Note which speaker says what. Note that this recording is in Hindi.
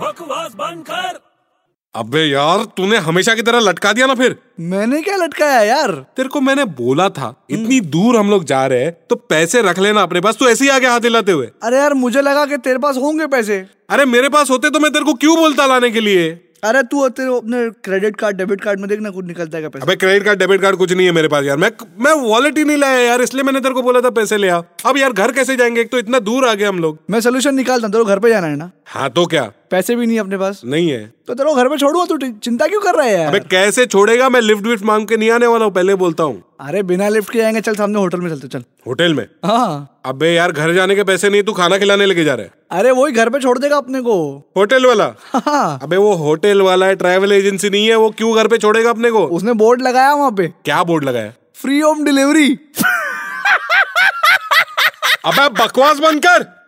Speaker 1: बकवास बंद कर
Speaker 2: अबे यार तूने हमेशा की तरह लटका दिया ना फिर
Speaker 3: मैंने क्या लटकाया यार
Speaker 2: तेरे को मैंने बोला था इतनी दूर हम लोग जा रहे हैं तो पैसे रख लेना अपने पास तू ऐसे ही आगे हाथ हिलाते हुए
Speaker 3: अरे यार मुझे लगा कि तेरे पास होंगे पैसे
Speaker 2: अरे मेरे पास होते तो मैं तेरे को क्यों बोलता लाने के लिए
Speaker 3: अरे तू तेरे अपने क्रेडिट कार्ड डेबिट कार्ड में देखना कुछ निकलता है क्या पैसा
Speaker 2: अबे क्रेडिट कार्ड डेबिट कार्ड कुछ नहीं है मेरे पास यार मैं मैं वॉलेट ही नहीं लाया यार इसलिए मैंने तेरे को बोला था पैसे ले आ अब यार घर कैसे जाएंगे एक तो इतना दूर आ गए हम लोग
Speaker 3: मैं सोल्यूशन निकालता हूँ तेरे को घर पे जाना है ना
Speaker 2: हाँ तो क्या
Speaker 3: पैसे भी नहीं है अपने पास
Speaker 2: नहीं है
Speaker 3: तो तेरे को घर पे छोड़ूंगा तू टे- चिंता क्यों कर रहा है
Speaker 2: अबे
Speaker 3: यार
Speaker 2: कैसे छोड़ेगा मैं लिफ्ट विफ्ट मांग के नहीं आने वाला हूँ पहले बोलता हूँ
Speaker 3: अरे बिना लिफ्ट के जाएंगे चल सामने होटल में चलते चल
Speaker 2: होटल में
Speaker 3: हाँ
Speaker 2: अबे यार घर जाने के पैसे नहीं तू खाना खिलाने लेके जा रहा है
Speaker 3: अरे वही घर पे छोड़ देगा अपने को
Speaker 2: होटल वाला
Speaker 3: हाँ
Speaker 2: अबे वो होटल वाला है ट्रैवल एजेंसी नहीं है वो क्यों घर पे छोड़ेगा अपने को
Speaker 3: उसने बोर्ड लगाया वहाँ पे
Speaker 2: क्या बोर्ड लगाया
Speaker 3: फ्री होम डिलीवरी
Speaker 2: अबे बकवास बंद कर